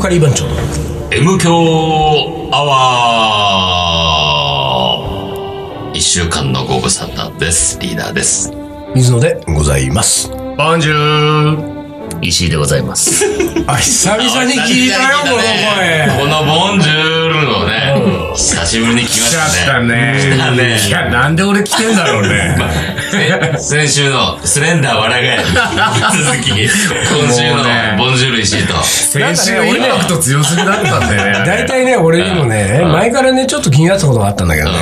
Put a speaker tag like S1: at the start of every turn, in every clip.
S1: カリー番長
S2: M 強アワー一週間のご無沙汰です。リーダーです。
S1: 水野でございます
S3: ボンジュー石井でございます。
S1: あ久々に聞いたよこの声
S2: このボンジュールのね、久しぶりに来ましたね。
S3: ね
S2: 来たね
S3: いや、なんで俺来てんだろうね。
S2: 先週のスレンダー笑がやに引き続き、今週
S3: もうね
S2: のボンジュール石井と。
S3: 先週インパクト強すぎだったんだよ ね。
S1: 大体ね俺にもね前からねちょっと気になってたことがあったんだけどね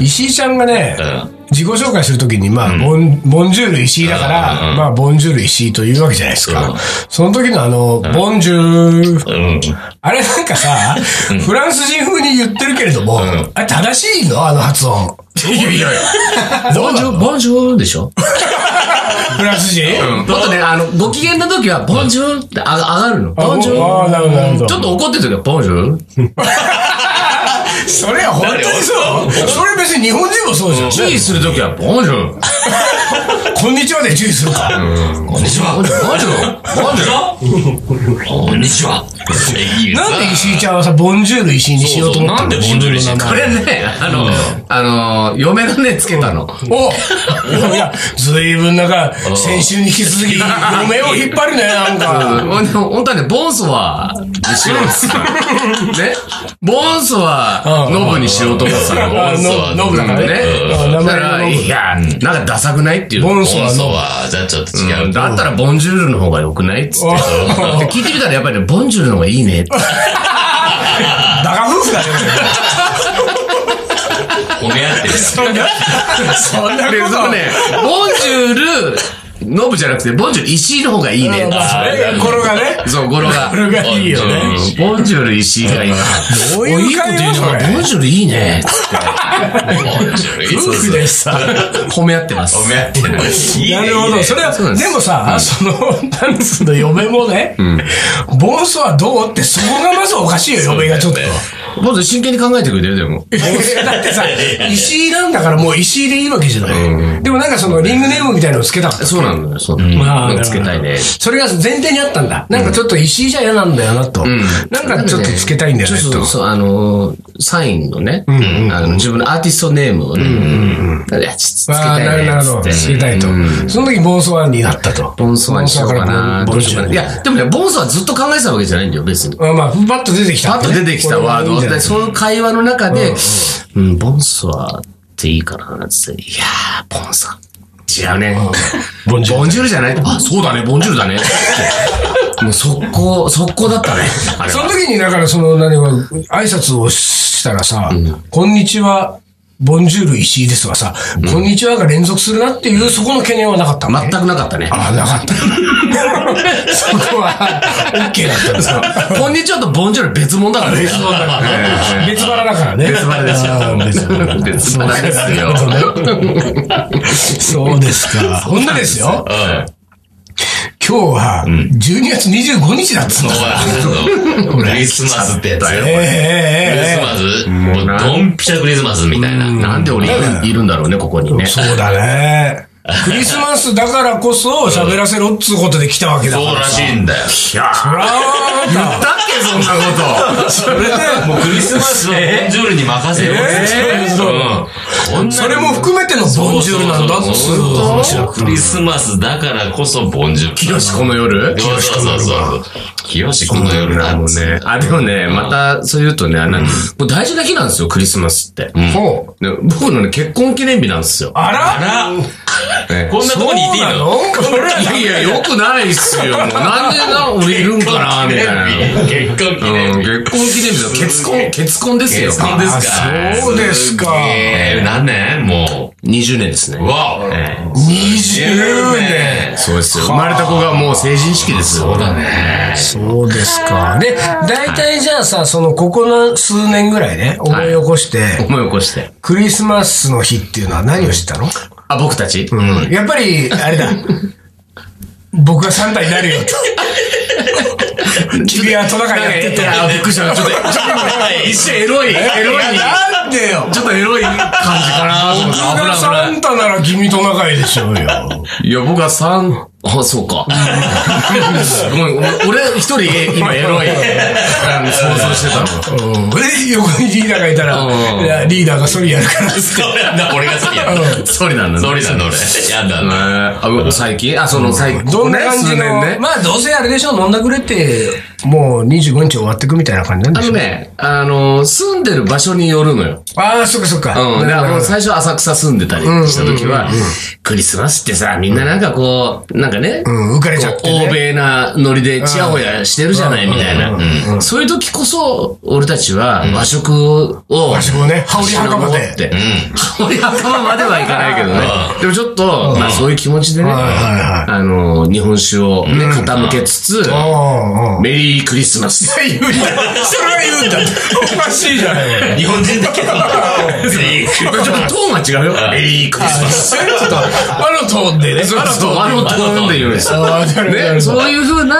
S1: 石井ちゃんがね
S2: うん
S1: 自己紹介するときにまあボンボンジュール石井だからまあボンジュール石井というわけじゃないです
S2: う
S1: か
S2: ん
S1: その時のあのボンジュール
S2: うん。
S1: あれなんかさフランス人風に言ってるけれども
S2: ん
S1: あれ正しいのあの発音
S3: いやいやい や。ボンジュー、ボンジューでしょ
S1: フランス 人
S3: もっとね、あの、ご機嫌な時は、ボンジューってあ上がるの。
S1: あ
S3: ボンジュ
S1: ああなるほどなるほど
S3: ー。ちょっと怒ってる時は、ボンジュー
S1: それは本当にそう。それ別に日本人もそうじゃん。
S3: 注意する時は、ボンジュー
S1: こんにちはで注意するか。
S2: こんにちは。
S3: ボンジュー、ボンジューボンジュー
S2: こんにちは。
S1: なんで石井ちゃんはさ、ボンジュール石井にしようと思ったの
S2: そうそうなんでボンジュール石井に
S3: これね、あの、あの、嫁がね、つけたの。
S1: おいや、ずいぶんなんか、先週に引き続き、嫁を引っ張るね、なんか。
S3: ほん本当はね、ボンソワにしようっつったの ね。ボンソワ、ノブにしようと思ってたの。
S2: ボンソ
S1: あ
S2: ワ
S1: のノブだからね
S2: う。ん
S1: 名
S3: だ
S1: 前
S3: か
S1: が
S3: ら、
S1: ノ
S3: いや、なんかダサくないっていう。
S1: ボンソ
S2: ボ
S1: ワ
S2: ン
S1: の
S2: ソは、じゃあちょっと違
S3: う。
S2: うん
S3: だったらボンジュールの方が良くないっつって。
S1: ブ。
S3: で聞いてみたらやっぱりね、ボンジュールの方がいいねって。
S1: バカ夫婦だね。
S2: 褒め合ってるから。
S1: そんな、そんな
S3: で、
S1: こ
S3: そ
S1: と
S3: うね、ボンジュール、ノブじゃなくて、ボンジュール石井の方がいいねっつ
S1: まあ、そ
S3: っ
S1: れが、これがね
S3: て。。そう、語呂が
S1: こ。れ がいいよね。
S3: うんボンジュール石井がいい。
S1: どう
S3: おい
S1: い
S3: いうこと
S1: 会
S3: 言う
S1: 話そ
S3: な。ボ
S1: れ
S3: ンジュールいいね。
S1: 夫婦でさ。
S3: 褒め合ってます。
S2: 褒め合ってる。
S1: なるほど。それは、
S3: そうなんです
S1: でもさ、その、なんつうの、嫁もね、ボンスはどうって、そこがまずおかしいよ、嫁がちょっ と。
S3: ボンジュール真剣に考えてくれてるでも。
S1: だってさ、石井なんだからもう石井でいいわけじゃない。でもなんかそのリングネームみたいなのつけたから。
S3: そうなんだよ、そうなんだよ。
S1: まあ
S3: つけたいね。
S1: それが前提にあったんだ。なんかちょっと石井じゃ嫌なんだよなと。なんかちょっとつけたいんだよね
S3: そうそう
S1: と。
S3: そう、あのー、サインのね、あの自分のアーティストネームをね、いや、ちょっとつけ
S1: ああ、な
S3: たい
S1: る
S3: ね、
S1: ほど。
S3: つ
S1: つ
S3: って。
S1: けたいと。その時ボンソワになったと。
S3: ボンソワにしようかな、
S1: ボ
S3: ど
S1: ン
S3: う
S1: ソ
S3: しよ
S1: ワ
S3: う
S1: か
S3: からな。いや、でもね、ボンソはずっと考えてたわけじゃないんだよ、別に。
S1: まあまあ、パッと出てきた
S3: パ
S1: ん
S3: ッ
S1: だ
S3: と
S1: ね。
S3: 出てきたワー
S1: これはいい
S3: ド。
S1: んじ
S3: で、
S1: ゃない
S3: その会話の中で、うん、ボンソワっていいかな、つって。いやー、ボンソワ。違うね。
S1: ボンジュール
S3: ボンジュールじゃないあ、そうだね、ボンジュール だね。もう速攻、速攻だったね。あれは
S1: その時に、だから、その、何か、挨拶をしたらさ、こんにちは、ボンジュール石井ですがさ、こんにちはが連続するなっていう、そこの懸念はなかったのね
S3: 全くなかったね。
S1: あ、なかった。 そこは、OK だったんですよ。
S3: こんにちはとボンジョル別物だからね。別物だからね。
S1: 別腹だからね。
S3: 別腹ですよ
S1: あー別腹。
S3: 別腹ですよ。
S1: そうですか。そんなですよ。今日は、12月25日だったんだから。
S2: クリスマスってやつよ。
S1: えええ
S2: クリス
S1: ええ
S2: マスもうドンピシャクリスマスみたいな。
S3: なんで俺いるいるんだろうね、ここにね
S1: え。そうだ ね。クリスマスだからこそ喋らせろっつうことで来たわけだか
S2: そう
S1: ら
S2: ら
S1: さ。
S2: しいんだよ。
S3: いや
S1: あー
S3: 言ったっけ、そんなこと。 それで、もうクリ
S2: クリスマスはボンジュールに任せよう
S1: えーそう
S2: うんこ んなに
S1: それも含めてのボンジュールなんだってす
S2: そう
S1: る
S2: そう
S1: と。
S2: そうクリスマスだからこそボンジュール。
S3: キヨシこの夜
S2: そうそうそう。きよしこの夜だ
S3: も
S2: も
S3: うね。あ、でもね、また、そう言うとね、あのもう大事な日なんですよ、クリスマスって。
S1: ほう
S3: で僕のね、結婚記念日なんですよ。
S1: あら
S2: あ
S3: ね
S2: ら、こんなとこにいていいの
S1: そうなの
S3: いやいや、よくないっすよ。もうなんでな、俺いるんかな、みたいな。
S2: 結婚記念日。
S3: うん、結婚記念日だ。結婚、結婚ですよ。
S2: 結婚ですか
S1: あそうですか
S2: えー、何年も
S3: 20年です
S2: う。
S3: ね。
S2: わお
S3: ええ
S1: 20年。
S3: そうですよ。生まれた子がもう成人式です
S2: そ
S3: よ。
S2: うだね。
S1: そうですか。で、大体じゃあさ、その、ここの数年ぐらいね、思い起こして、
S3: 思い起こして。
S1: クリスマスの日っていうのは何を知ったの、
S3: あ、僕たち
S1: やっぱり、あれだ。僕がサンタになるよ と。君はトナカイやってて。
S3: あ、びっくりした。 ちょっと、ちょっと今、一瞬エロい、エロい、
S1: いやなんでよ。
S3: ちょっとエロい感じかなと思
S1: 僕
S3: って。危な
S1: が
S3: い危な
S1: サ
S3: い
S1: ンタなら君トナカイでしょうよ。
S3: いや、僕はサンあ、そうか。すごい。俺、俺一人今エロい。あの想像してたの。
S1: うんで横にリーダーがいたら、
S3: うん
S1: いやリーダーがそれやるから。
S2: そうやんな、俺が好きやん。
S3: ソリなんだね。
S2: それなんだ、俺。やんだ
S3: ね
S2: な。
S3: あ、う最近あ、その最近。
S1: どんな感じ
S3: ここね
S1: の、
S3: 数年ね。
S1: まあどうせあれでしょ、飲んだくれって、もう25日終わってくみたいな感じなんで
S3: あ
S1: し
S3: の
S1: ょ。
S3: ね、あの、住んでる場所によるのよ。
S1: ああ、そっかそっか。
S3: うん。で、
S1: な
S3: あ
S1: るほ
S3: の、
S1: ど
S3: 最初浅草住んでたりした時は、クリスマスってさ、みんななんかこう、なんかね、
S1: うん浮かれちゃってね
S3: こう欧米なノリでチヤホヤしてるじゃないみたいな。うんそういう時こそ、俺たちは和食を、
S1: 和食をね羽織袴で
S3: 持って。羽織袴まではいかないけどね。でもちょっと、まあそういう気持ちでね、
S1: はいはい
S3: あの、日本酒をね傾けつつ、
S1: ああ、
S3: メリークリスマス。
S1: 言うんだ。それは言うんだ。おかしいじゃない。
S2: 日本人だけど。
S3: ちょっとトーンが違うよ。メリークリスマス。
S1: それはちょっと、和のトーンでね。
S3: そうそう、
S1: 和
S3: あのトーンで言うんですよ。
S1: ああ、なるほどな
S3: ね、
S1: るほど。
S3: そういうふうな、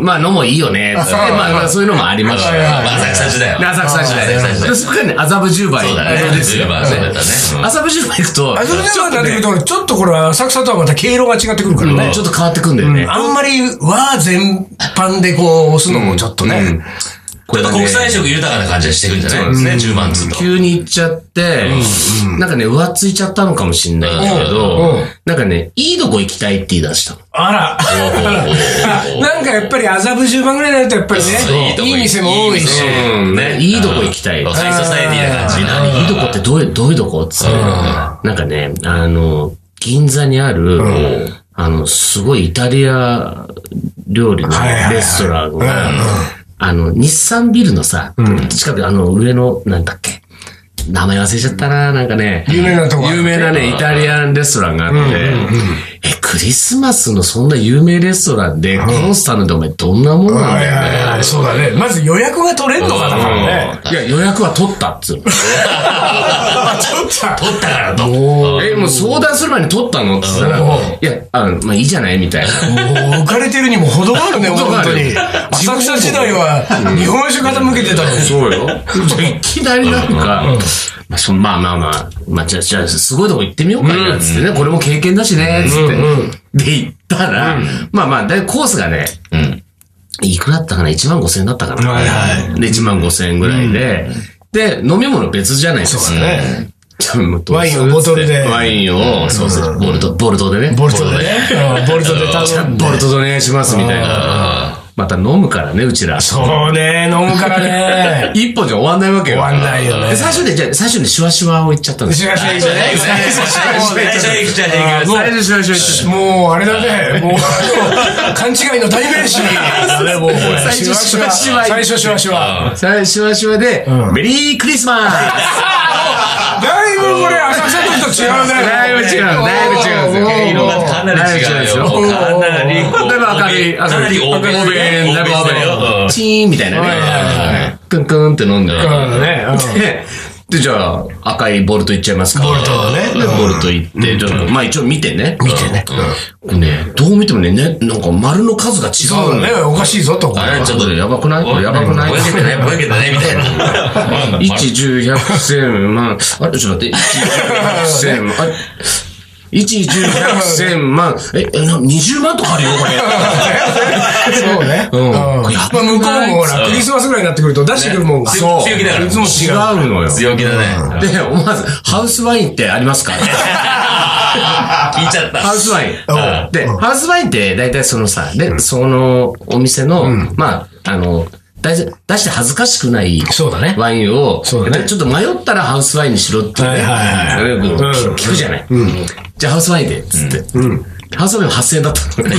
S3: まあ、のもいいよね。まあ、
S1: そう
S3: まあ、そういうのもありました
S1: はいはい
S3: よ。
S2: まさきさん時代は。
S3: 浅草時代。
S2: 浅草時代
S3: でそこからね、麻布十番
S2: そうだね。
S3: ですよ。
S2: 10そうだったね。
S3: 麻布十番行くと
S1: あ、それで、
S3: ちょ
S1: は
S3: っと
S1: なってく
S3: ね
S1: ると、ちょっとこれは浅草とはまた経路が違ってくるからね
S3: ち。ょっと変わってくんだよね。
S1: あんまり和全般でこう押すのもちょっとね。
S3: これ
S2: ちょっ
S3: が
S2: と
S3: ね
S2: 国際色豊かな感じがしてくるんじゃないですね、10万つうと。
S3: 急に行っちゃって、なんかね、浮ついちゃったのかもしれないんだけ
S1: うん
S3: ど
S1: うん、
S3: なんかね、いいとこ行きたいって言い出したの。
S1: あら。なんかやっぱり麻布十番ぐらいになるとやっぱり
S2: いいと
S1: ね、
S2: こ
S1: いい店も多いし。
S3: うんねいいとこ行きたい
S2: ロサイソサエティな感じな。
S3: いいとこってどういう、どういうとこっつって、なんかね、あの、銀座にある、あの、すごいイタリア料理の
S1: はいはいはい
S3: レストランが、あの、日産ビルのさ、近く、あの、上の、なんだっけ、名前忘れちゃったな、なんかね、
S1: 有名なとこある
S3: 有名なね、イタリアンレストランがあって、え、クリスマスのそんな有名レストランで、コンスタントでお前どんなもんなん
S1: はい
S3: だよ
S1: はいはいそうだね。まず予約が取れんのかだからね。
S3: いや、予約は取ったっつうの。
S1: あ、取った。
S2: 取ったからと。
S3: え、もう相談する前に取ったのって言ったら、
S1: お
S3: いや、あの、まあいいじゃないみたいな。
S1: もう浮かれてるにも程があるね、
S3: 程
S1: 本
S3: があ
S1: 当
S3: る
S1: に。浅草時代は日本酒傾けてたのに。
S3: そうよ。いきなりなんか、まあ、そまあまあまあ、まあ、じゃあ、じゃあ、すごいとこ行ってみようかな、つってね、これも経験だしね、つって。で、行ったら、まあまあ、だいコースがね、
S2: ん
S3: いくらだったかな ?1 万5千だったかな、で、1万5千ぐらいで、で、飲み物別じゃないですか。
S1: ね
S3: ちょっと
S1: ワインをボトルで
S3: ワインを、そうそう、ボルト、ボルトでね。
S1: ボルトでね。うんボルトで頼んで。
S3: ボルトでお願いします、みたいな。また飲むからね、うちら。
S1: そうね、飲むから ね。
S3: 一本じゃ終わんないわけよ。
S1: 終わんないよね
S3: で最初で、じゃあ最初にシュワシュワを言っちゃったんです
S1: シュ
S3: よ。
S1: ワシュワ行くね
S2: 最初に行くじゃ
S1: あ
S2: ねえ
S1: もう
S3: 最初シュワシュワ言っちゃっ
S1: もう、あれだね。もう、勘違いの代名詞。だね、もうこれ
S3: 最初シュワシュワ
S1: 最初シュワシュワ。
S3: た。最初シュワシュワで、
S1: うん
S3: メリークリ スマス
S1: だいぶこれ、浅草の時と違うね。
S3: だいぶ違う、だいぶ違うんですよ。
S2: 色がかなり違うよ。かなり、
S3: だいぶ明るい、
S2: かなり欧米。
S3: だいぶ明るい。チーンみたいな
S1: はいはい
S3: ね。クンクンって飲んで。
S1: うんねうん
S3: で、 で、じゃあ、赤いボルトいっちゃいますか。ボルトね。で、ボルトいって、ちょっと、まあ一応見てね。見てね。ね、どう見てもね、ね、なんか丸の数が違
S1: そうう
S3: の
S1: だ
S3: よ。
S1: ね、おかしいぞと。
S3: あれ、ちょっとやばくないこれやばくない
S2: ぼやけてない、ぼやけてないみたいな。
S3: 一十百千万。あれ、ちょっと待って。一十百千万。あれ一十百千万。え、えな二十万とかあるよ、これ。
S1: そうね。
S3: ん
S1: うん
S3: や
S1: まあ
S3: っぱ
S1: 向こうもほら、クリスマスぐらいになってくると出してくるもんが。
S2: 強気だから。
S1: いつも違う。
S3: 違うのよ。
S2: 強気だね。
S3: で、思わず、ハウスワインってありま すか
S2: 聞いちゃった。
S3: ハウスワイン。で、ハウスワインって大体そのさ、で、そのお店の、まあ、あの、大事出して恥ずかしくない
S1: そうだね
S3: ワインを、
S1: そうだね
S3: ちょっと迷ったらハウスワインにしろっていう
S1: は
S3: ね、
S1: いはいはい
S3: よく
S1: うん
S3: 聞くじゃない。じゃあハウスワインで、つって。ハウスワインは8000円だったのね。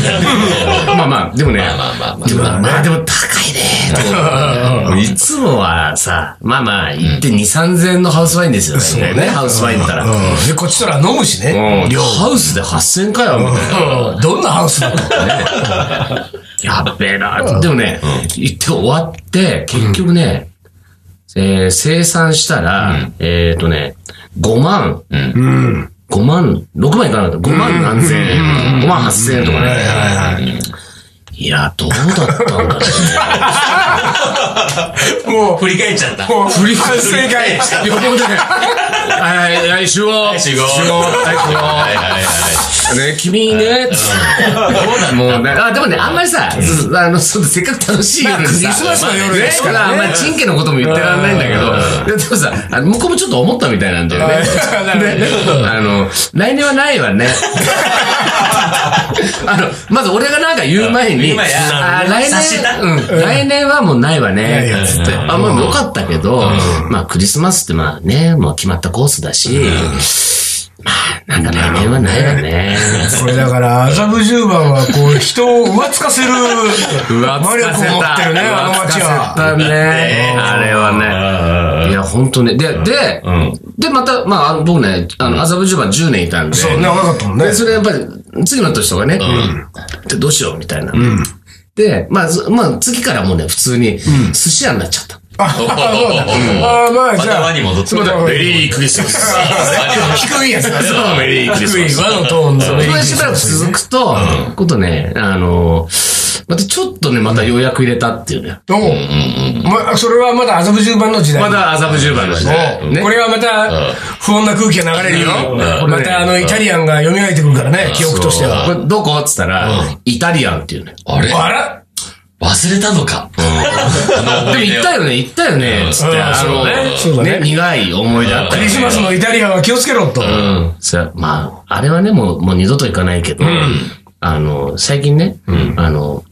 S3: まあまあ、でもね、
S2: まあまあまあまあ
S3: でも、まあでも高いねと思って。いつもはさ、まあまあ、行って2、3000円のハウスワインですよね。そうね。ハウスワインだったら。
S1: うんで、こっちとら飲むしね。
S3: うんハウスで8000かよ、みたいな。
S1: うんどんなハウスだった
S3: やっべえな。でもね、行って終わって、結局ね、えー生産したら、えっとね、5万、5万、6万いかなかった。5万何千円、5万8千円とかね。いや、どうだったんだろうね。
S1: もう、
S2: 振り返っちゃった。
S1: もう、反省会。
S3: いや、僕ね、あいや、 はい、集合はい、
S2: 集合
S3: はい、集合
S2: はいはいは
S3: ね、君ね、もうね、あ、でもね、あんまりさ、ずあの、そうせっかく楽しい夜に
S1: まあク
S3: さ、
S1: リスマスの夜
S3: ね
S1: ですからね
S3: あんまりチンケのことも言ってらんないんだけど、でもさ、あの向こうもちょっと思ったみたいなんだよね。ね あの、来年はないわね。あの、まず俺がなんか言う前に、
S2: うん今や
S3: あ来
S2: 察した
S3: 年、うん、来年はもうないわ
S1: いやい
S3: ね
S1: や、
S3: つって。あ、まあよかったけど、まあクリスマスってまあね、もう決まったコースだし、まあなんか来年はないわね。
S1: これだから、麻布十番は、こう、人を浮つかせる、魔力を持ってるね、あの街は。
S3: だね。あれはね。いや、本当ね。で、で、で、また、まああの、僕ね、あの、麻布十番10年いたんで、
S1: そう、長かったもんね
S3: で、。それやっぱり、次の年とかね、でどうしようみたいな。で、まあ、ずまあ、次からもうね、普通に、寿司屋になっちゃった。
S1: あ、そうだ。あー、まあ、
S2: い。ま
S1: じゃ
S2: た輪
S1: あ
S2: に、戻ってくる。
S1: そうだ
S2: メリークリスマス。
S1: 低いやつだね。
S3: そうメリークリスマス
S1: 低い和のトーンの。
S3: それしばらく続くと、今度ね、あのー、またちょっとね、また予約入れたっていうね。
S1: どうま、それはまだ麻布十番の時代。
S3: まだ麻布十番の時代。ね
S1: これはまた、不穏な空気が流れるよ。
S3: ん
S1: また、あの、イタリアンが蘇ってくるからね、記憶としては。
S3: これどこっつったら、イタリアンっていうね。
S2: あれ
S1: あら
S2: 忘れたのか。あの
S3: でも
S2: 思い
S3: 行
S2: 出
S3: っ
S2: を
S3: たよね、行ったよね、つって、
S1: うん
S3: あ
S1: そうだねそう
S3: の、
S1: だね
S3: ね、苦い思い出あった
S1: ク
S3: よ
S1: リス
S3: ね。
S1: マスのイタリアンは気をつけろと。
S3: うん。さ、まあ、あれはね、もう、もう二度と行かないけど、あの、最近ね、あの、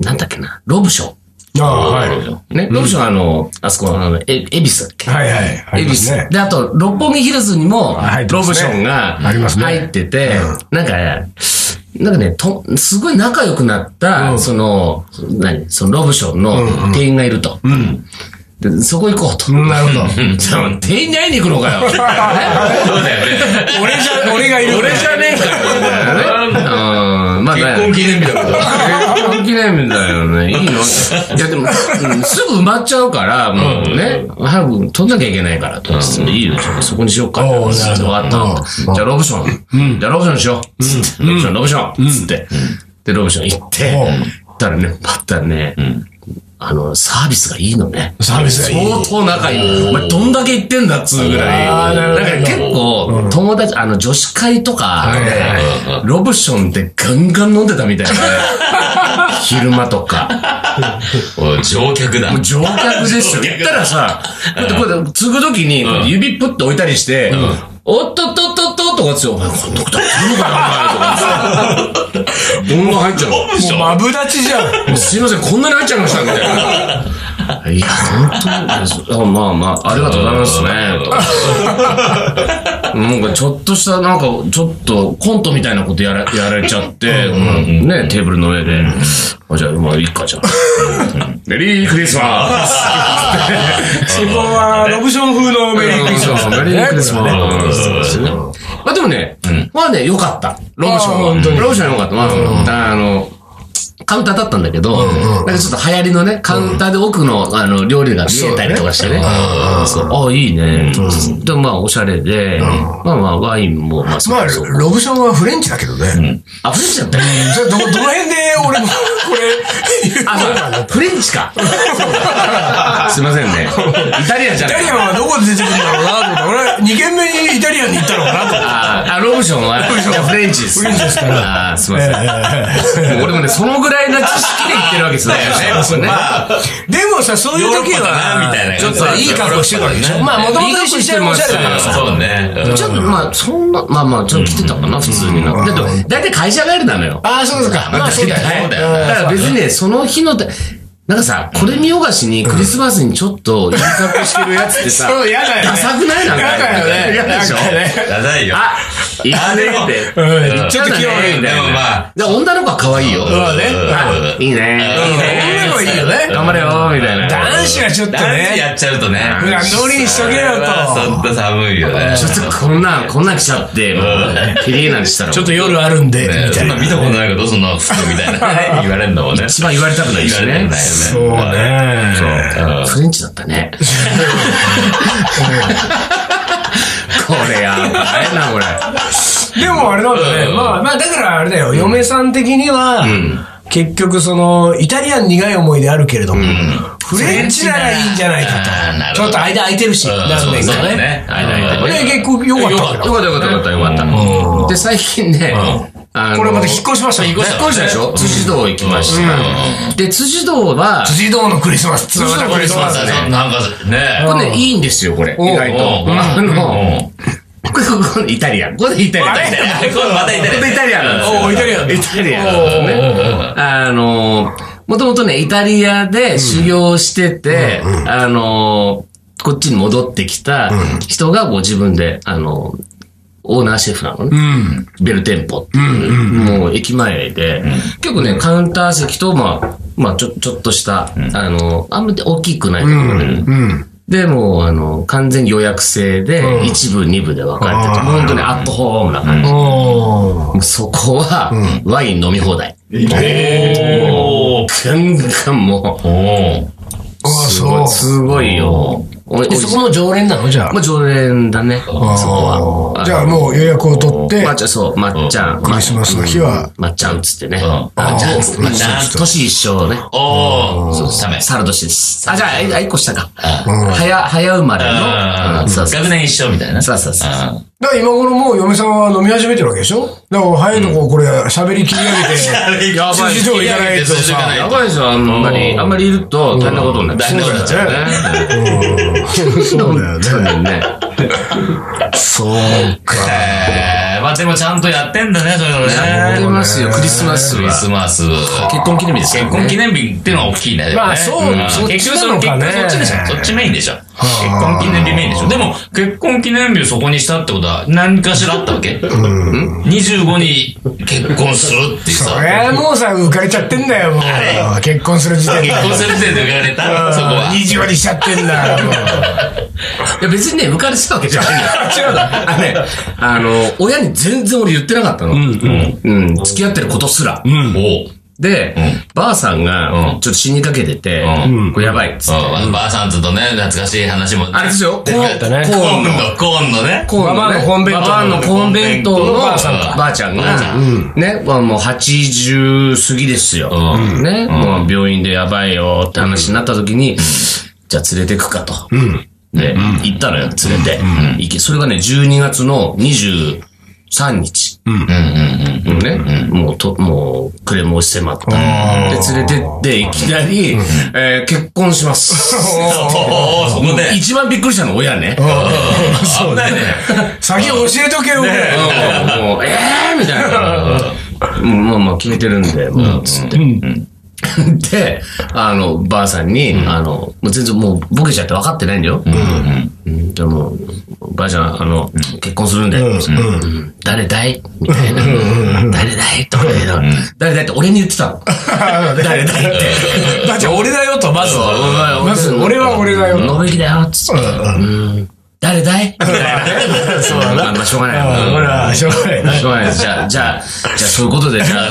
S3: なんだっけな、ロブショ
S1: ああ、はい。
S3: ー。ね、ロブショーはあの、あそこの、あの、え、恵比寿だっけ
S1: はいはい。あ
S3: 恵
S1: りま
S3: 比
S1: す
S3: 寿
S1: ね。
S3: で、あと、六本木ヒルズにも
S1: 入っ、て
S3: ロ
S1: ますね
S3: ブションが
S1: ありますね
S3: 入ってて、なんか、なんかね、と、すごい仲良くなった、その、何、そのロブションの店員がいると。でそこ行こうと。
S1: うんなるほど。
S3: じゃあ、店員に会いに行くのかよ。 ね
S2: そうだよね。
S1: 俺じゃ、俺がいる。
S3: 俺じゃねえかよ。うん、まあ、
S2: 結婚記念日だけど。
S3: 結婚記念日だよね。いいのいや、でも、うんすぐ埋まっちゃうから、もうね、早く取んなきゃいけないからと。いいよ、そこにしようか。
S1: おーな
S3: 終
S1: るほど
S3: わった。じゃあ、ロブション。じゃあ、ロブションしよう。つってロブション、ロブション。つって。で、ロブション行って、行ったらね、またね、あの、サービスがいいのね。
S1: サービスがいい
S3: 相当仲いい。お前、どんだけ行ってんだっつうぐらい。
S1: あーなるほ
S3: だか
S1: ど
S3: ら結構、友達、あの、女子会とかで、ロブションでガンガン飲んでたみたいなね。 昼間とか。
S2: おい乗客だ
S3: もう。乗客ですよ。
S2: 乗客だ
S3: 行ったらさ、こうやってこうやって継ぐときに、こうやって指プッと置いたりして、おっとっとっとっととかっつって、お前、こんなことやってるのかな、お前とかさ。 どんどん入っちゃうの。
S1: もうマブダチじゃん。
S3: もうすいません、こんなに入っちゃいました、みたいな。いや、本当に、あまあまあ、ありがとうございますね、 となんか、ちょっとした、なんか、ちょっと、コントみたいなことやらやられちゃって、うんね、テーブルの上で、あ、じゃあ、まあ、いいか、じゃあ。メリークリスマス
S1: そこは、ロブション風のメリークリスマス。
S3: メリークリスマス。まあでもね、まあね、良かった。ロブションは。ロブションは良かった。まあ、あの、カウンターだったんだけど、なんかちょっと流行りのね、カウンターで奥のあの料理が見えたりとかしてね。そうああ、いいね。で、まあ、おしゃれで、まあまあ、ワインも、まあ、そ
S1: まあ、
S3: うそう。
S1: ロブションはフレンチだけどね。
S3: あ、フレンチだったね。
S1: それど、どの辺で俺も、これ、言うの
S3: あ、そう
S1: かな
S3: フレンチか。すいません ね。イタリアンじゃ
S1: イ
S3: な
S1: タ
S3: い
S1: リアンはどこで出てくるんだろうなと思って、俺、二軒目にイタリアンに行ったのかなと思って。
S3: ああ、ロブションは、いやフレンチです。
S1: フレンチですか
S3: ああ、すいません。もう俺もね、そのぐらいな知識で言ってるわけですよね。 そうね。
S1: でもさ、そういう時
S2: ヨーロッパだなみたい
S1: は、
S2: な
S1: ちょっといい格好してるわけでしょ。
S2: ヨーロッ
S1: まあ、
S2: パだ
S1: もともと
S3: いい格好
S1: 一
S3: し
S1: 緒
S3: て
S1: に
S3: ま
S1: おしゃ
S3: す
S1: れだからさ。
S2: そうね。うん
S3: ちょっと、まあ、そんな、まあまあ、ちょっと来てたかな、普通にな。だって、だいたい会社帰りなのよ。
S1: ああ、そうですか。まあ、そうだよね。
S2: そうだ
S3: だ
S2: よね。
S3: から別にね、その日のて、なんかさ、これ見よがしにクリスマスにちょっといい格好してるやつって さ、
S1: そう、嫌だよね。
S3: ダサくないなんか
S1: 嫌だよね。
S3: 嫌でしょ
S1: なんかね
S2: やばいよ。
S3: あ、いいねって。
S1: うん、ちょっと気
S3: 嫌
S1: 分悪いんだ
S2: で
S1: よ。
S2: もまあ、
S3: で女の子は可愛い
S1: そ
S3: よ。
S1: うね。
S2: うん
S3: いいね。
S1: うん女の子いいよね。
S3: 頑張れよ、みたいな。
S1: 男子はちょっと
S2: ダンスや
S1: ね、
S2: っちゃうとね。
S1: 普段通りにしとけよ
S2: ちょっ
S1: と。
S2: と寒いよね。
S3: ちょっとこんな、こんな来ちゃって、もう、ピリーなんてしたら、
S1: ちょっと夜あるんで、み
S2: ね
S1: た
S2: そ
S1: い
S2: んな
S1: な。
S2: 見たことないけど、そんな服みたいなね。言われるんだもんね。
S3: 一番言われたくないし
S2: 言われるん
S3: ね
S2: だ。よね。
S1: そうね。
S2: うん。
S3: フレンチだったね。これやばいな、これ。
S1: でもあれなんだね。まあまあ、だからあれだよ。嫁さん的には、結局その、イタリアン苦い思いであるけれども、フレンチならいいんじゃないか
S2: あーなる
S1: と。ち
S2: ほ
S1: ょ
S2: ど
S1: っと間空いてるし、
S2: うん
S1: 何年
S2: そう
S1: か
S2: だ
S1: ね
S2: ね。
S1: これ結構良かったわけだ
S3: よかったよかったよかったよかった。で、最近ね、あの
S1: これまた引っ越しましたもんね
S2: 引っ越
S3: 引っ越したでしょ辻堂行きました。で、辻堂は、
S1: 辻堂のクリスマス、辻
S3: 堂のクリスマスだね
S2: なんか
S3: こ
S2: ね
S3: れね、いいんですよ、これ。
S1: おう
S3: 意外
S2: おう
S3: と。あ
S2: お
S3: の、これ、これイタリアン。これイタリアン。
S1: あれ
S2: えこれまたイタリアン
S3: これイタリアンなんですよ
S1: おうイタリアンだ
S3: イタリアンなんですよね あの、もともとね、イタリアで修行してて、あの、こっちに戻ってきた人が、こう自分で、あの、オーナーシェフなのね。ベルテンポっていう、もう駅前で、結構ね、カウンター席と、まあ、まあ、ちょ、ちょっとした、あの、あんまり大きくないところで、で、もう、あの、完全に予約制で、一部、二部で分かれてて、本当にアットホームな感じ。
S1: お
S3: もうそこは、ワイン飲み放題。
S2: おー
S3: ガンガンも
S2: おー
S1: あ
S3: う、す
S1: そ
S3: ご
S1: う
S3: い、。すごいよ。おい
S1: で、そこの常連なのじゃあ。
S3: まあ、常連だね、そこ
S1: あー
S3: は。
S1: じゃあもう予約を取って、
S3: まっちゃん、そう、まっちゃん。
S1: クリスマスの日は、
S3: まっちゃんっつってね。
S2: ん
S3: まっちゃんっつって、まっちゃん
S2: うん
S3: 年一緒ね。
S2: おーそうダメ
S3: 猿年です。あ、じゃあ、ああ一個下か。
S2: う
S3: 早、早生まれの。
S2: あ
S3: うん
S2: ー
S3: そうそう
S2: 学年一緒みたいな
S3: そうそうそう
S2: あ
S1: だから今頃もう嫁さんは飲み始めてるわけでしょだから早いとここれ喋り切り上げて、
S2: ー
S3: やばい
S1: 辻堂行かないと
S2: 辻堂行かな
S1: さ、
S3: やばいですよ、あんまり、あんまりいると、大変なことになっ
S2: 大変なことになっちゃう
S3: ね。
S1: そうだよね。
S3: ね。そうか。
S2: えーまあでもちゃんとやってんだね、それを
S3: やって
S2: ね。
S3: ますよ、クリスマス
S2: クリス
S3: は。
S2: マス。
S3: 結婚記念日ですから
S2: 結
S3: ね
S2: 婚記念日っていうのは大きいね。でもね
S1: まあそうんそっち
S2: 結局そ
S1: な
S2: の
S1: の
S2: 結
S1: かね
S2: 婚そっちでしょ。そっちメインでしょ。結婚記念日メインでしょ。でも、結婚記念日をそこにしたってことは何かしらあったわけん ?25 に結婚するっていうさ。
S1: そりゃもうさ、浮かれちゃってんだよ、もう。結婚する時点で
S2: 結。婚する時点で言われた、そこは。
S1: 二十割しちゃってんだよ、もう。
S3: いや、別にね、浮かれてたわけじゃないよ。 違うだ。あのね、あの、親に全然俺言ってなかったの。うん。うん。付き合ってることすら。
S2: おう
S3: で、ばあさんが、
S2: うん
S3: ちょっと死にかけてて
S2: う、
S3: これやばいっつって。
S2: うん。ばあさんとね、懐かしい話も。
S3: あれですよ、コーン、
S1: たね
S3: コーンの
S2: の、コーンのね。
S3: コーンの、ね、
S1: ママのコンベント
S3: ママのコンベントの
S2: コンベントの
S3: ば
S2: ば
S3: あ
S2: あ
S3: さ
S2: さ
S3: ん
S2: ん
S3: が、
S2: か
S3: ばあちゃんが、ね、はもう80過ぎですよ。
S2: うん
S3: ね、もう病院でやばいよって話になった時に、じゃあ連れてくかと。で、行ったのよ、連れて。行け、それがね、12月の23日。
S2: うんうん
S3: もうね、もうと、もう、暮れも迫った。で、連れてって、いきなり、えー結婚し ます。
S2: うん。おーそこで。
S3: 一番びっくりしたの親ね。
S2: 危ないね。
S1: 先教えとけよ、俺。
S3: うんもう、ええーみたいな。うんもう、まあ、決めてるんで、もう、つって。で、あの、ばあさんに、あの、もう全然もう、ボケちゃって分かってないんだよ。うんでも、ばあちゃん、あの、結婚するん で、うん誰だいみたいな。誰だいとか言うの誰だいって俺に言ってたの。誰だいって。
S1: だって俺だよと、まずは。まず、俺は俺だよ。
S3: のべきだよ、つって。うん誰だいみたいな。そうだな。まあ、しょうがない。
S1: ほら、しょうがないな。
S3: しょうがない です。じゃあ、じゃあ、じゃあ、そういうことで、じゃ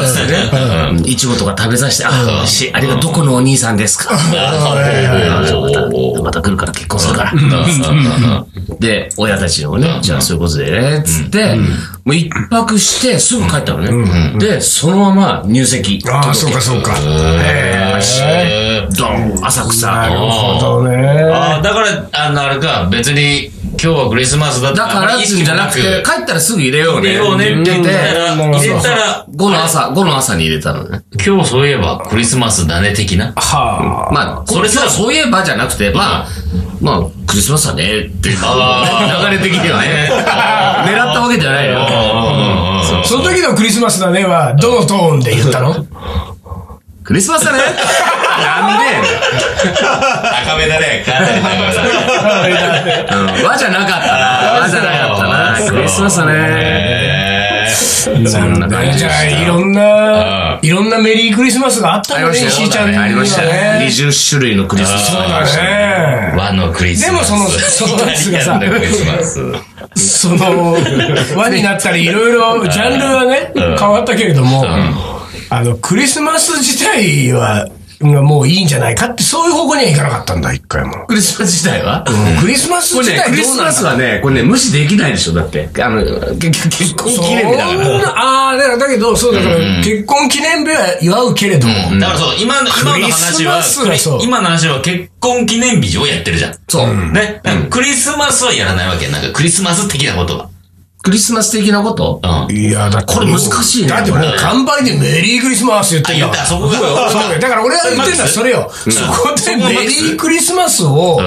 S3: あ、ね、いちごとか食べさせて、あ、し、あれがどこのお兄さんですかあじゃあまた、また来るから、結婚するから。で、親たちをね、じゃあ、そういうことでね、つって、もう一泊して、すぐ帰ったのね。で、そのまま入籍。
S1: ああ、そうか、そうか。へ
S2: えー
S3: ドン、浅
S1: なる
S3: 草。
S1: ほどね。
S2: あーだから、あの、あれか、別に、今日はクリスマスだ
S3: だから、つうんじゃなくて、帰ったらすぐ入れよう
S2: 入
S3: ね。
S2: れようねっ
S3: っ
S2: てて言
S3: 言っ
S2: ってたら、
S1: うん
S2: 入れたら、
S3: 5の朝、5の朝に入れたのね。
S2: 今日そういえばクリスマスだね的な。
S1: はあ。
S3: まあ、
S2: そ
S3: それ
S2: れさ
S3: さ、そういえばじゃなくて、まあ、まあ、クリスマスだねっていう、
S2: あー
S3: 流れ的にはね、狙ったわけじゃないよ。
S2: うん
S1: その時のクリスマスだねは、どのトーンで言ったの
S3: クリスマスだねなん
S2: 高めだね。かなり 高めだね
S3: で、うん、和じゃなかったな。和じゃなかったな。クリスマスだね。
S2: へー
S3: そんな感じ
S1: じ
S3: で
S1: ゃあ、
S3: した。
S1: いろんな、いろんなメリークリスマスがあった
S3: あり
S1: の
S3: ま
S1: ね、
S3: し
S1: 石
S3: た
S1: 井ちゃん
S3: よ。
S1: には
S3: ありましたよ。
S1: ね。
S3: 20種類のクリスマス
S2: そう
S3: がありました。
S1: ね
S2: 和のクリスマス。
S1: でもそのその
S2: イタリアンのクリスマス。
S1: その、輪になったり、いろいろ、ジャンルはね、変わったけれども、あの、クリスマス自体は、がもういいんじゃないかって、そういう方向にはいかなかったんだ、一回も。
S3: クリスマス自体は
S1: クリスマス
S3: こ
S1: 自
S3: れね、
S1: 体
S3: クリ
S1: どう
S3: ス
S1: なん
S3: マ
S1: だ
S3: スはね、これね、無視できないでしょ、だって。あの、けけ結婚記念日だから。
S1: そんなああ、だから、だけど、そうだから、結婚記念日は祝うけれども、
S2: だからそう、今の、今の
S1: ク
S2: 話は
S1: リスマスがそう、
S2: 今の話は結婚記念日をやってるじゃん。
S3: そう。
S2: ね、クリスマスはやらないわけ。なんかクリスマス的なことは。
S3: クリスマス的なこと
S2: うん。
S1: いや、だって
S3: これ難しいね
S1: だってもう、乾杯でメリークリスマス言ってんだ
S2: あ言ったそこが
S1: そうよだから俺が言ってるのはそれよ。そこで
S2: そこがマ
S1: メ
S2: ックス
S1: リークリスマスを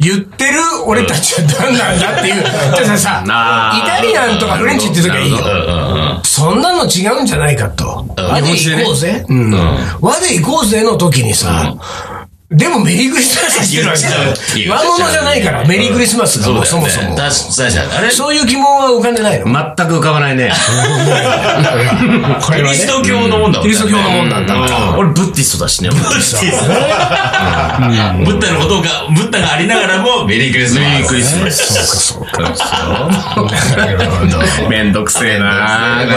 S1: 言ってる俺たちは何なんだっていう。だからさ、
S3: あ
S1: イ
S3: ー
S1: タリアンとかフレンチって時はいいよ
S3: なる。ほど
S1: そんなの違うんじゃないかと。和で行こうぜ。うん和で行こうぜの時にさ、でもメリークリスマスっていうのはさ
S2: 言っちゃうっていう
S1: 和物じゃないから、メリークリスマスがもうそもそも
S2: だ。確かに。あれ
S1: そういう疑問は浮かんでないの
S3: 全く浮かばないね。
S1: これ
S2: キ
S1: は
S2: リ
S1: ね
S2: ス。ト教のもんだもんね
S1: キリスト教のもんなんだ
S2: う
S3: 俺、ブッディストだしね。
S2: ブッダのことが、ブッダがありながらも、メリークリスマス。メリークリスマス。
S1: そうか、そうか。
S3: めんどくせえなこ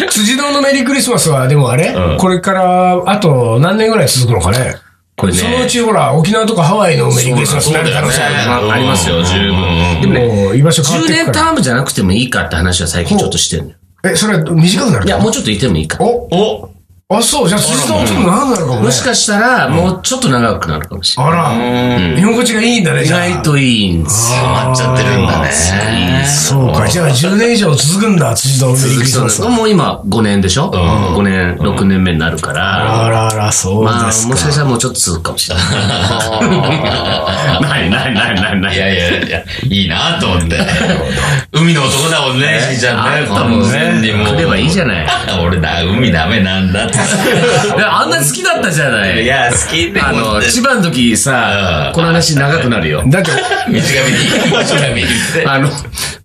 S3: れ。
S1: 辻堂のメリークリスマスは、でもあれ、これから、あと何年ぐらい続くのかね。
S3: これね
S1: そのうち、ほら、沖縄とかハワイのメリークリスマスになる可能性ある
S3: まあありますよ十
S2: 分。
S1: でもね、もう居場所変わ
S3: 10
S1: ってく
S3: 年
S1: か
S3: タームじゃなくてもいいかって話は最近ちょっとしてるのよ。
S1: ら。え、それは短くなる
S3: いや、もうちょっといてもいいか。
S1: お
S2: お
S1: あ、そう、じゃあ辻堂もちょっと長くなるかもね。
S3: もしかしたら、もうちょっと長くなるかもしれない。
S1: あら、居心地がいいんだね、
S3: 意
S1: じゃあ
S3: 外といいんですよ。
S2: ハマっちゃってるんだね。
S1: そうか、じゃあ10年以上続くんだ、辻堂のメリークリスマスは。
S3: もう今5年でしょ ?5 年、6年目になるから。
S1: あらあら、そう
S3: まあ、も
S1: で
S3: し
S1: す
S3: か
S1: か。
S3: したらもうちょっと続くかも しれない。ないないないないない
S2: いやいやいや、いいなと思って。海の男だもんね、ひーちゃんね。
S3: あ
S2: 多分全にもう。
S3: 来ればいいじゃ
S2: ない。
S3: ない。
S2: 俺だ、海ダメなんだって。
S3: いやあんな好きだったじゃない。
S2: いや、好きで
S3: あ
S2: 思
S3: の、
S2: って。
S3: 千葉の時さ、この話長くなるよ。
S1: だって、
S2: 短めに、短めに言って。
S3: あの、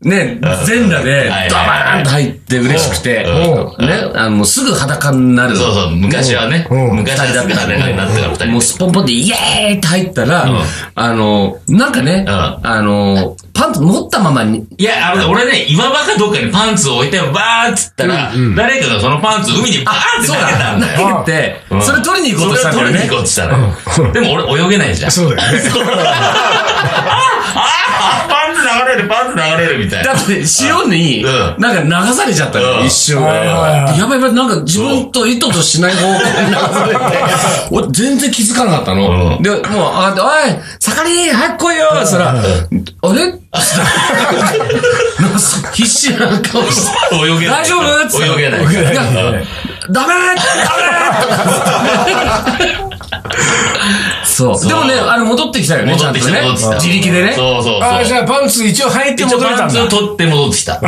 S3: ね、全裸で
S2: いはいはい
S3: ドバーンと入って嬉しくて、
S1: う
S3: ね、あの、もうすぐ裸になる。
S2: そうそう、昔はね、
S1: うん
S2: 昔はだったね、なってから二人で
S3: もうスポンポンでイエーイって入ったら、あの、なんかね、
S2: ん
S3: あの、パンツ持ったままに、
S2: いや、あのね、俺ね、岩場かどっかにパンツを置いて、バーっつったら、誰かがそのパンツを海にバーって投げたんだよ。
S3: 投げて、それ取りに行こう
S2: それ
S3: とした
S2: を
S3: んだ
S2: 取
S3: よ
S2: りに
S3: ね
S2: 行。こうってしたのよ。でも俺泳げないじゃん。
S1: そうだよ ね。
S2: あパンツ流れる、パンツ流れるみたいな。
S3: だって、潮に、
S2: うん
S3: なんか流されちゃったの、
S2: うん
S3: 一瞬。
S1: はいはいはい
S3: やばいやばい、なんか自分と意図としない方向 に流されて、俺全然気づかなかったの。
S2: うん
S3: で、もう上がって、おい、盛り、早く来いよそしたら、あれなんか必死な顔して。
S2: 泳げない。
S3: 大丈夫つって
S2: 泳げない。
S1: 泳げない
S3: いや、ダメダメそう。でもね、あれ戻ってきたよね、ち
S2: 戻
S3: ゃ
S2: っ
S3: ん
S2: て
S3: と
S2: き
S3: ね
S2: た、戻ってきた。。
S3: 自力でね。
S2: そうそうそう。
S1: ああ、じゃあパンツ一応履いて
S2: 一
S1: 戻
S2: 応
S1: れ
S2: パ
S1: た
S2: ン
S1: ん
S2: ツを
S1: だ。
S2: 取って戻ってきた。
S3: いや、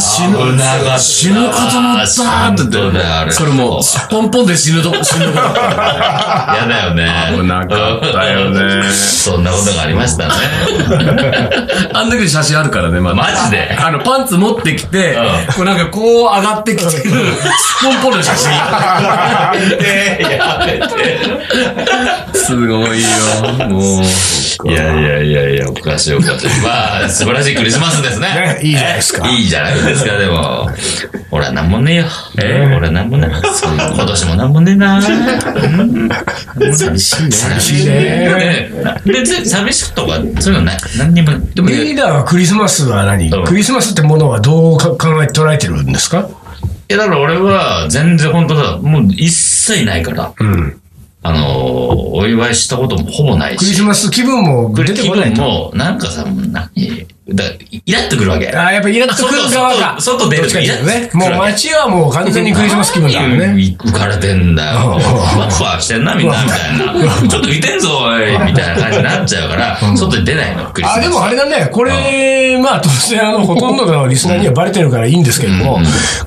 S3: 死ぬ
S2: 危なかった。
S3: 死ぬかと思ったって言
S2: そうだよあ
S3: っ
S2: れ
S3: て。それもう、ポンポンで死ぬと、死ぬとこだった。
S2: 嫌だよね。
S3: 危なかったよね
S2: そんなことがありましたね。
S3: あんだけ写真あるからね、まだ
S2: マジで
S3: あの、パンツ持ってきて、こうなんかこう上がってきて る、ポンポンの写 真。
S2: えーやめて。
S3: すごいよ、もう。
S2: いやいやいやいや、おかしいおかしい。まあ、素晴らしいクリスマスですね
S1: ね。いいじゃないですか
S2: いいじゃないですか、でも。俺はなんもねえよ。え俺はなんもねえ。今年もなんもねえな。
S3: 寂しいね。
S2: 寂
S1: しいね
S2: 別に寂しくとか、そういうのない。何にも。でも
S1: リーダーはクリスマスは何
S2: うん
S1: クリスマスってものはどうか考えて捉えてるんですか
S2: いや、だから俺は、全然本当だ、もう一切ないから、
S1: うん。
S2: あのー、お祝いしたこともほぼない
S1: クリ
S2: し
S1: ス、マス気分も出て
S2: 気
S1: こな
S2: 分
S1: いと。
S2: も、なんかさ、もう何だからイラっとくるわけ。
S1: ああ、やっぱイラッとくる側か。
S2: 外外出る
S1: どっちかですよね。も
S2: イラッとくる
S1: う街はもう完全にクリスマス気分だもんね。
S2: いい浮かれてんだよ。ふわふわしてんな、みんな、みたいな。ちょっと浮いてんぞ、おい、みたいな感じになっちゃうから、外に出ないの、クリスマ
S1: あ、
S2: ス。
S1: でもあれだね。これ、まあ当然あの、ほとんどのリスナーにはバレてるからいいんですけれども、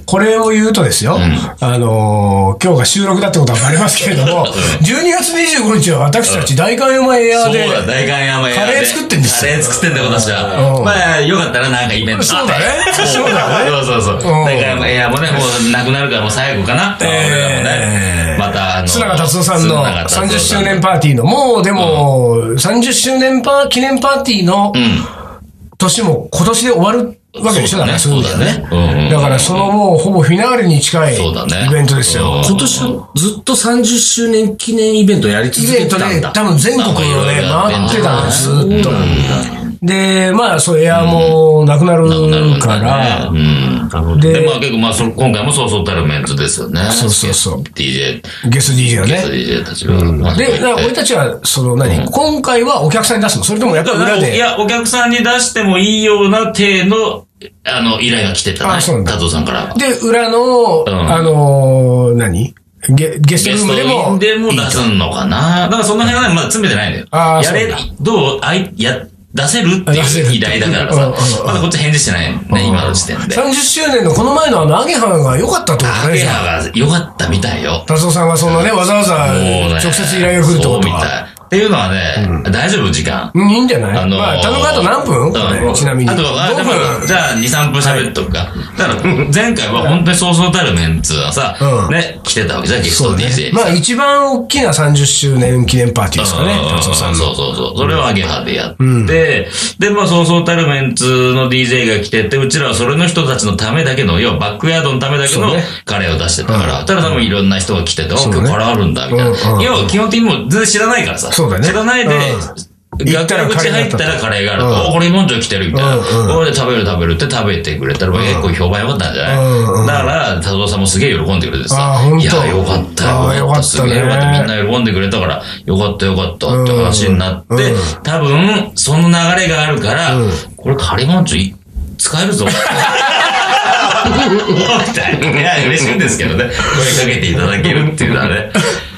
S1: これを言うとですよ、あのー、今日が収録だってことはバレますけれども、12月25日は私たち大観山エア
S2: そ
S1: ー
S2: う
S1: で、
S2: だ、大観山屋で
S1: カレー作ってんですよ
S2: カレー作ってんだよ、私
S1: う
S2: は。
S1: ん
S2: まあ、よかったらなんかイベント
S1: そうだね
S2: あ
S1: そうだね
S2: そうそうそう。
S1: うん
S2: 大観山屋もね、もうなくなるからもう最後かな。俺らも
S1: え
S2: ね
S1: ー
S2: また、あの、
S1: 須永達夫さんの
S2: 須永達夫
S1: 30
S2: さん
S1: 周年パーティーの、もうでも、30周年パー記念パーティーの
S2: ん
S1: 年も今年で終わるわけでしょだからそうい
S2: そうう
S1: 意味
S2: だ
S1: では
S2: ね。うんうん
S1: だからそのもうほぼフィナーレに近い
S2: そうだね
S1: イベントですよ。
S2: うん
S3: 今年ずっと30周年記念イベントやり
S1: イ
S3: 続け
S1: ベ
S3: て
S1: ント
S3: たん
S1: で
S3: だ。
S1: 多分全国をね、
S2: まあまあ
S1: 回ってたのよ、ずーっと
S3: うん。
S1: で、まあ、そう、エアもなくなるから、
S2: うんうん。
S1: で
S2: で、まあ結構、まあその今回もそうそうたるメンツですよね。
S1: そうそうそう
S2: DJ、
S1: ゲス DJ をね。
S2: DJ たちが。
S1: で、だから俺たちは、その何、今回はお客さんに出すのそれともやっぱ
S2: だから
S1: 裏
S2: い
S1: で。
S2: や、お客さんに出してもいいような体の、あの、依頼が来てたね。
S1: あそうなんだ
S2: 加藤さんから。
S1: で、裏の、
S2: ん
S1: あのー、何ゲゲスト
S2: ゲ
S1: ルー
S2: ス
S1: ム
S2: ト
S1: で
S2: で
S1: も
S2: も、でも出すのかな。だからその辺はねまだ詰めてないんだよ。
S1: あー
S2: や
S1: そう
S2: れ
S1: だ、
S2: どう、あい、や、出せるって
S1: 出せるって
S2: いう依頼だから
S1: うんうんう
S2: さ。
S1: ん
S2: まだこっち返事してないね、今の時点で。
S1: 30周年のこの前のあの、アゲハンが良かったってこと
S2: ア
S1: ね、
S2: ゲ
S1: じゃあ。
S2: ハが良かったみたいよ。
S1: 達夫さんがそんなね、わざわざ
S2: もうね
S1: 直接依頼が来るって
S2: そ
S1: こ
S2: う
S1: と
S2: み
S1: は。
S2: たい。っていうのはね、大丈夫時間。
S1: うんいいんじゃない、
S2: あのー
S1: まあ、頼むあと何分、こ
S2: う
S1: れ
S2: ん
S1: ちなみに。
S2: あと、あ
S1: 5
S2: でも
S1: 分。
S2: じゃあ、2、3分喋っとくか。だから、前回は本当にそうそうたるメンツはさ
S1: う、ん
S2: ね、来てたわけじゃん、ゲス
S1: そ
S2: ト
S1: うね
S2: DJ。。
S1: まあ、一番大きな30周年記念パーティーですかね、
S2: うん
S1: 達夫さんの。
S2: そうそうそう。それをアゲハでやって、で、まあ、そうそうたるメンツの DJ が来てて、うちらはそれの人たちのためだけの、要はバックヤードのためだけ
S1: そ
S2: の
S1: うね
S2: カレーを出してたから、ただ多分いろんな人が来てて、あ、
S1: そうね
S2: 今日カレーあるんだ、みたい
S1: うんうん
S2: な。要は基本的にもう全然知らないからさ。
S1: そうだね
S2: 知らないで、
S1: うん行った
S2: 楽
S1: ら
S2: 屋
S1: カ
S2: 口
S1: レーだ
S2: 入
S1: っ
S2: ったたらカレーがある。
S1: うん
S2: お、これ今んじゃ来てるみたいな。
S1: うんうん
S2: これで食べる食べるって食べてくれたら、結構評判良かったんじゃない、
S1: うんうん
S2: だから、田蔵さんもすげえ喜んでくれて
S1: あ
S2: さ。
S1: 本当
S2: いや、よかった
S1: あよ
S2: よ。
S1: かったね
S2: すげえよかった。みんな喜んでくれたから、よかったよかったって話になって、
S1: うん
S2: 多分、その流れがあるから、
S1: うん
S2: これカレーマンチョい使えるぞ。 みたいな。いや、嬉しいんですけどね。声かけていただけるっていうのはね。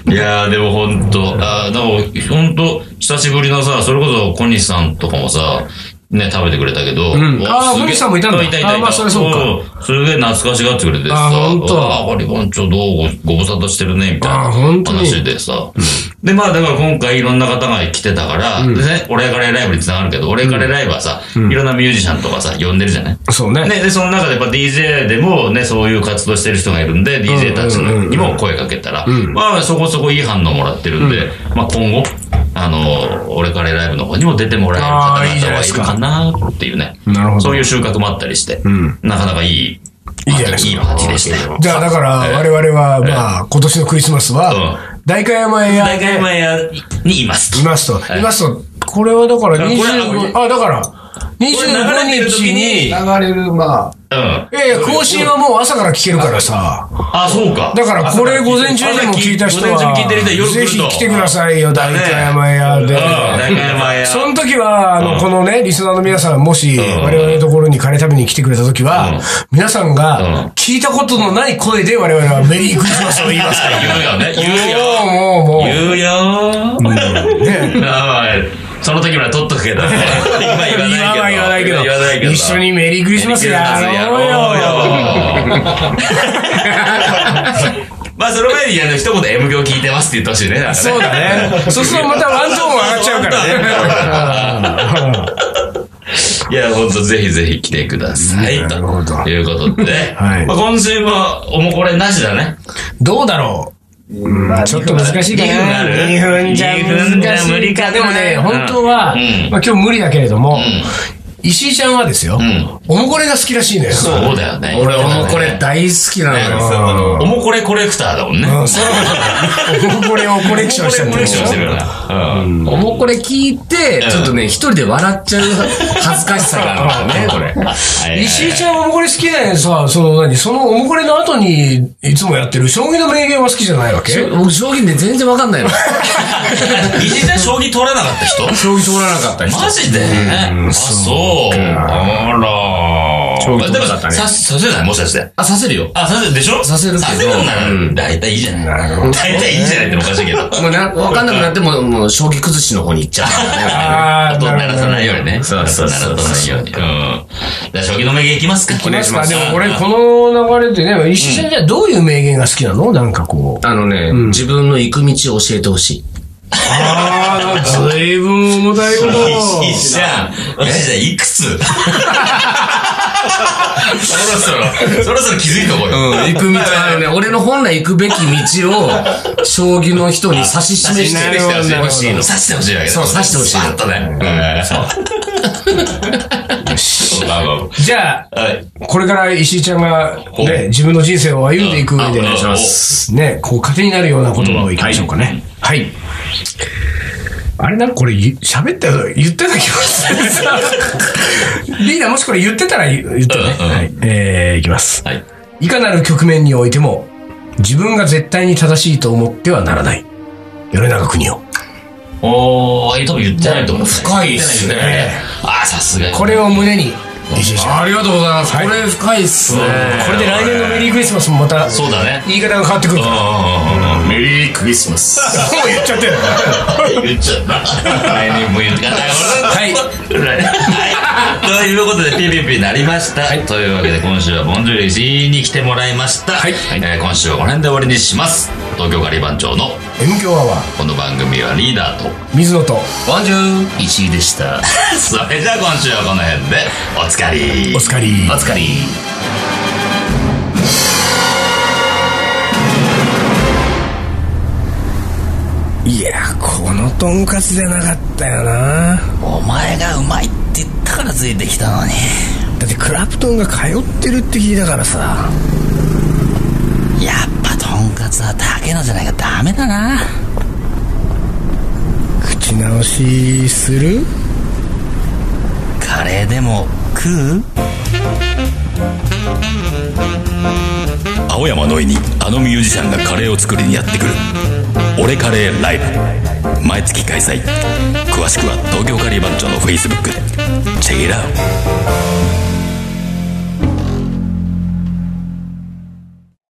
S2: いやー、でもほんと、あーでもほんと、久しぶりのさ、それこそ小西さんとかもさ、ね、食べてくれたけど。
S1: ん
S2: お
S1: あー
S2: すげえ
S1: 小西さんもいたんだ
S2: いたいたいた。
S1: あーまあそりゃそうか
S2: んすげえ懐かしがってくれてさ、
S1: あーほんと
S2: あー、カレーマンチョどうごご無沙汰してるね、みたい
S1: あー
S2: な
S1: ほんとに
S2: 話でさ。で、まあ、だから今回いろんな方が来てたから、でね、俺からライブに繋がるけど、俺からライブはさ、いろんなミュージシャンとかさ、呼んでるじゃない
S1: そうね。
S2: ね、で、その中でやっぱ DJ でもね、そういう活動してる人がいるんで、DJ たちにも声かけたら、まあ、そこそこいい反応もらってるんで、まあ、今後、あの、俺からライブの方にも出てもら
S1: あー
S2: え
S1: いい
S2: る
S1: じ
S2: 方
S1: ゃないで
S2: 々がい
S1: す
S2: る
S1: か
S2: かなっていうね。
S1: なるほど
S2: そういう収穫もあったりして、
S1: ん
S2: なかなかいい、
S1: いいじゃないですか
S2: いいパーティーでしたよ。
S1: じゃあ、だから、我々は、まあ、今年のクリスマスは、代官山エア
S2: 大会
S1: で
S2: 前屋にいますと。
S1: いますと。
S2: はい
S1: いますと、これはだから
S2: これ
S1: 25、あ、だから、
S2: れ流れて
S1: 25
S2: る時
S1: 日に、い
S2: に
S4: 流れる、まあ、
S2: うん。
S1: やいや、更新はもう朝から聞けるからさ。
S2: あ、そうか。
S1: だから、これ午前中でも聞いた人は、
S2: 朝聞いてる人は夜来
S1: ぜ
S2: ると
S1: ひ来てくださいよ、
S2: だ
S1: 代
S2: ね
S1: 官山屋で
S2: うん。代官山屋
S1: その時は、あ
S2: う
S1: の、
S2: ん
S1: このね、リスナーの皆さん、もし、
S2: ん
S1: 我々のところにカレー食べに来てくれた時
S2: う
S1: は
S2: ん、
S1: 皆さん
S2: うん
S1: が、聞いたことのない声で我々はメリークリスマスを言いますから。
S2: 言うよね。言う
S1: も
S2: よ。
S1: う、もう、もう。
S2: 言うよー。
S1: ね
S2: まあその時まで撮っとくけど。今言わ
S1: 今は
S2: ないけど。
S1: 言わないけど
S2: 言わないけど。
S1: 一緒にメリークリスマスやろうよ。
S2: まあ、その前に、あの、一言 M 響聞いてますって言ってほしいね。なんかね
S1: そうだね。 そうするとまたワントーン上がっちゃうからね。
S2: いや、ほんと、ぜひぜひ来てください。
S1: うんなるほど
S2: ということで。
S1: はい
S2: まあ今週も、おもこれなしだね。
S1: どうだろう
S4: まあ、
S1: ちょっと難しいかな。
S2: 二分じゃあ
S1: 二
S2: る
S1: 分じゃ
S2: 二分じゃ無理かな
S1: でもね、本当は、
S2: うん
S1: まあ今日無理だけれども、
S2: ん
S1: 石井ちゃんはですよ、
S2: ん
S1: おもこれが好きらしいのよ。
S2: そううだよね。
S3: 俺、もうこれ大好きなのよ。
S1: ん
S2: おもこれコレクターだもんね。
S1: んそうおもこれをコレクションしてる
S2: コレクションしてるからな。うん。
S3: おもこれ聞いて、ちょっとね、一人で笑っちゃう恥ずかしさがあるんだよね、これ。
S1: 石井ちゃんはおもこれ好きだよねさ、その何、そのおもこれの後にいつもやってる将棋の名言は好きじゃないわけ
S3: 僕、将棋で全然わかん ないの。
S2: 石井ちゃん将棋取らなかった人
S3: 将棋通らなかった人。
S2: マジであ、そう。あら。
S3: 将棋とかだったね
S2: でもささせないもしかして。
S3: あ、させるよ。
S2: あ、させるでしょ
S3: させるけど
S2: させるな
S3: う
S2: ら、
S3: ん
S2: 大体いいじゃない。大体いいじゃないっておかしいけど。
S3: もうな、わかんなくなっても、もう、将棋崩しの方に行っちゃうから ね。
S1: あ
S2: あと鳴らさないようにね。
S3: そうそうそう
S2: あと鳴らさないように。うん。じゃあ、将棋の名言いきますか。
S1: きますかでも
S2: う
S1: 俺
S2: ん
S1: この流れでね、石井ちゃんじゃあどういう名言が好きなのなんかこう。
S3: あのね、自分の行く道を教えてほしい。
S1: ああ、ずいぶん重たいことを
S2: 石井ちゃん、石井ちゃん、いくつ そろそろ、そろそろ気づいとこうよ。
S3: 行く道、あのね、 俺の本来行くべき道を、将棋の人に指し示し
S2: な
S3: て
S2: る
S3: ほしいの。
S2: 刺してほしいわけだ。
S3: そう刺してほしい
S2: スパッとね。うん。そう。そうだわうん。
S1: じゃあ、
S2: はい。
S1: これから石井ちゃんが、
S2: ほう
S1: ね、自分の人生を歩んでいく上で、。
S2: うんあお願いします
S1: ね、こう、糧になるような言葉をいきましょうかね。はい。あれなんかこれ言喋ったよ、言ってた気がする。 リーダーもしこれ言ってたら言言ってね。
S2: うんうん
S1: はい。えー、いきます。
S2: はい。
S1: いかなる局面においても、自分が絶対に正しいと思ってはならない。米長国を。
S2: おー、え多分言ってないと思う。
S3: 深いっすね
S2: 言ってないですね。あー、さすがに。
S1: これを胸に、石井ちゃん。
S3: ありがとうございます。こ
S1: はい
S3: れ深いっすね。
S1: これで来年のメリークリスマスもまた、
S2: そうだね。
S1: 言い方が変わってくる
S2: う
S1: から。も
S2: んうんうんうん。
S3: メリークリスマス。
S1: う言っちゃってる。
S2: 言っちゃった。来年も言うから。
S1: はい。
S2: はい。ということで、ピピピになりました。というわけで、今週はボンジュール石井に来てもらいました。
S1: はい
S2: えー今週はこの辺で終わりにします。東京ガリ番長の
S1: M 強アワー、
S2: この番組はリーダーと、
S1: 水野と、
S2: ボンジュール石井でした。 それじゃあ今週はこの辺で、おつかり。
S1: おつかり
S2: おつかり。
S1: いや、このトンカツじゃなかったよな。
S5: お前がうまいって言ったからついてきたのに
S1: だってクラプトンが通ってるって聞いたからさ。
S5: やっぱとんかつは竹野じゃないかダメだな
S1: 口直しする
S5: カレーでも食う
S6: 青山のいにあのミュージシャンがカレーを作りにやってくる「俺カレーライブ」毎月開催詳しくは東京カリー番長のフェイスブックでチェックイラー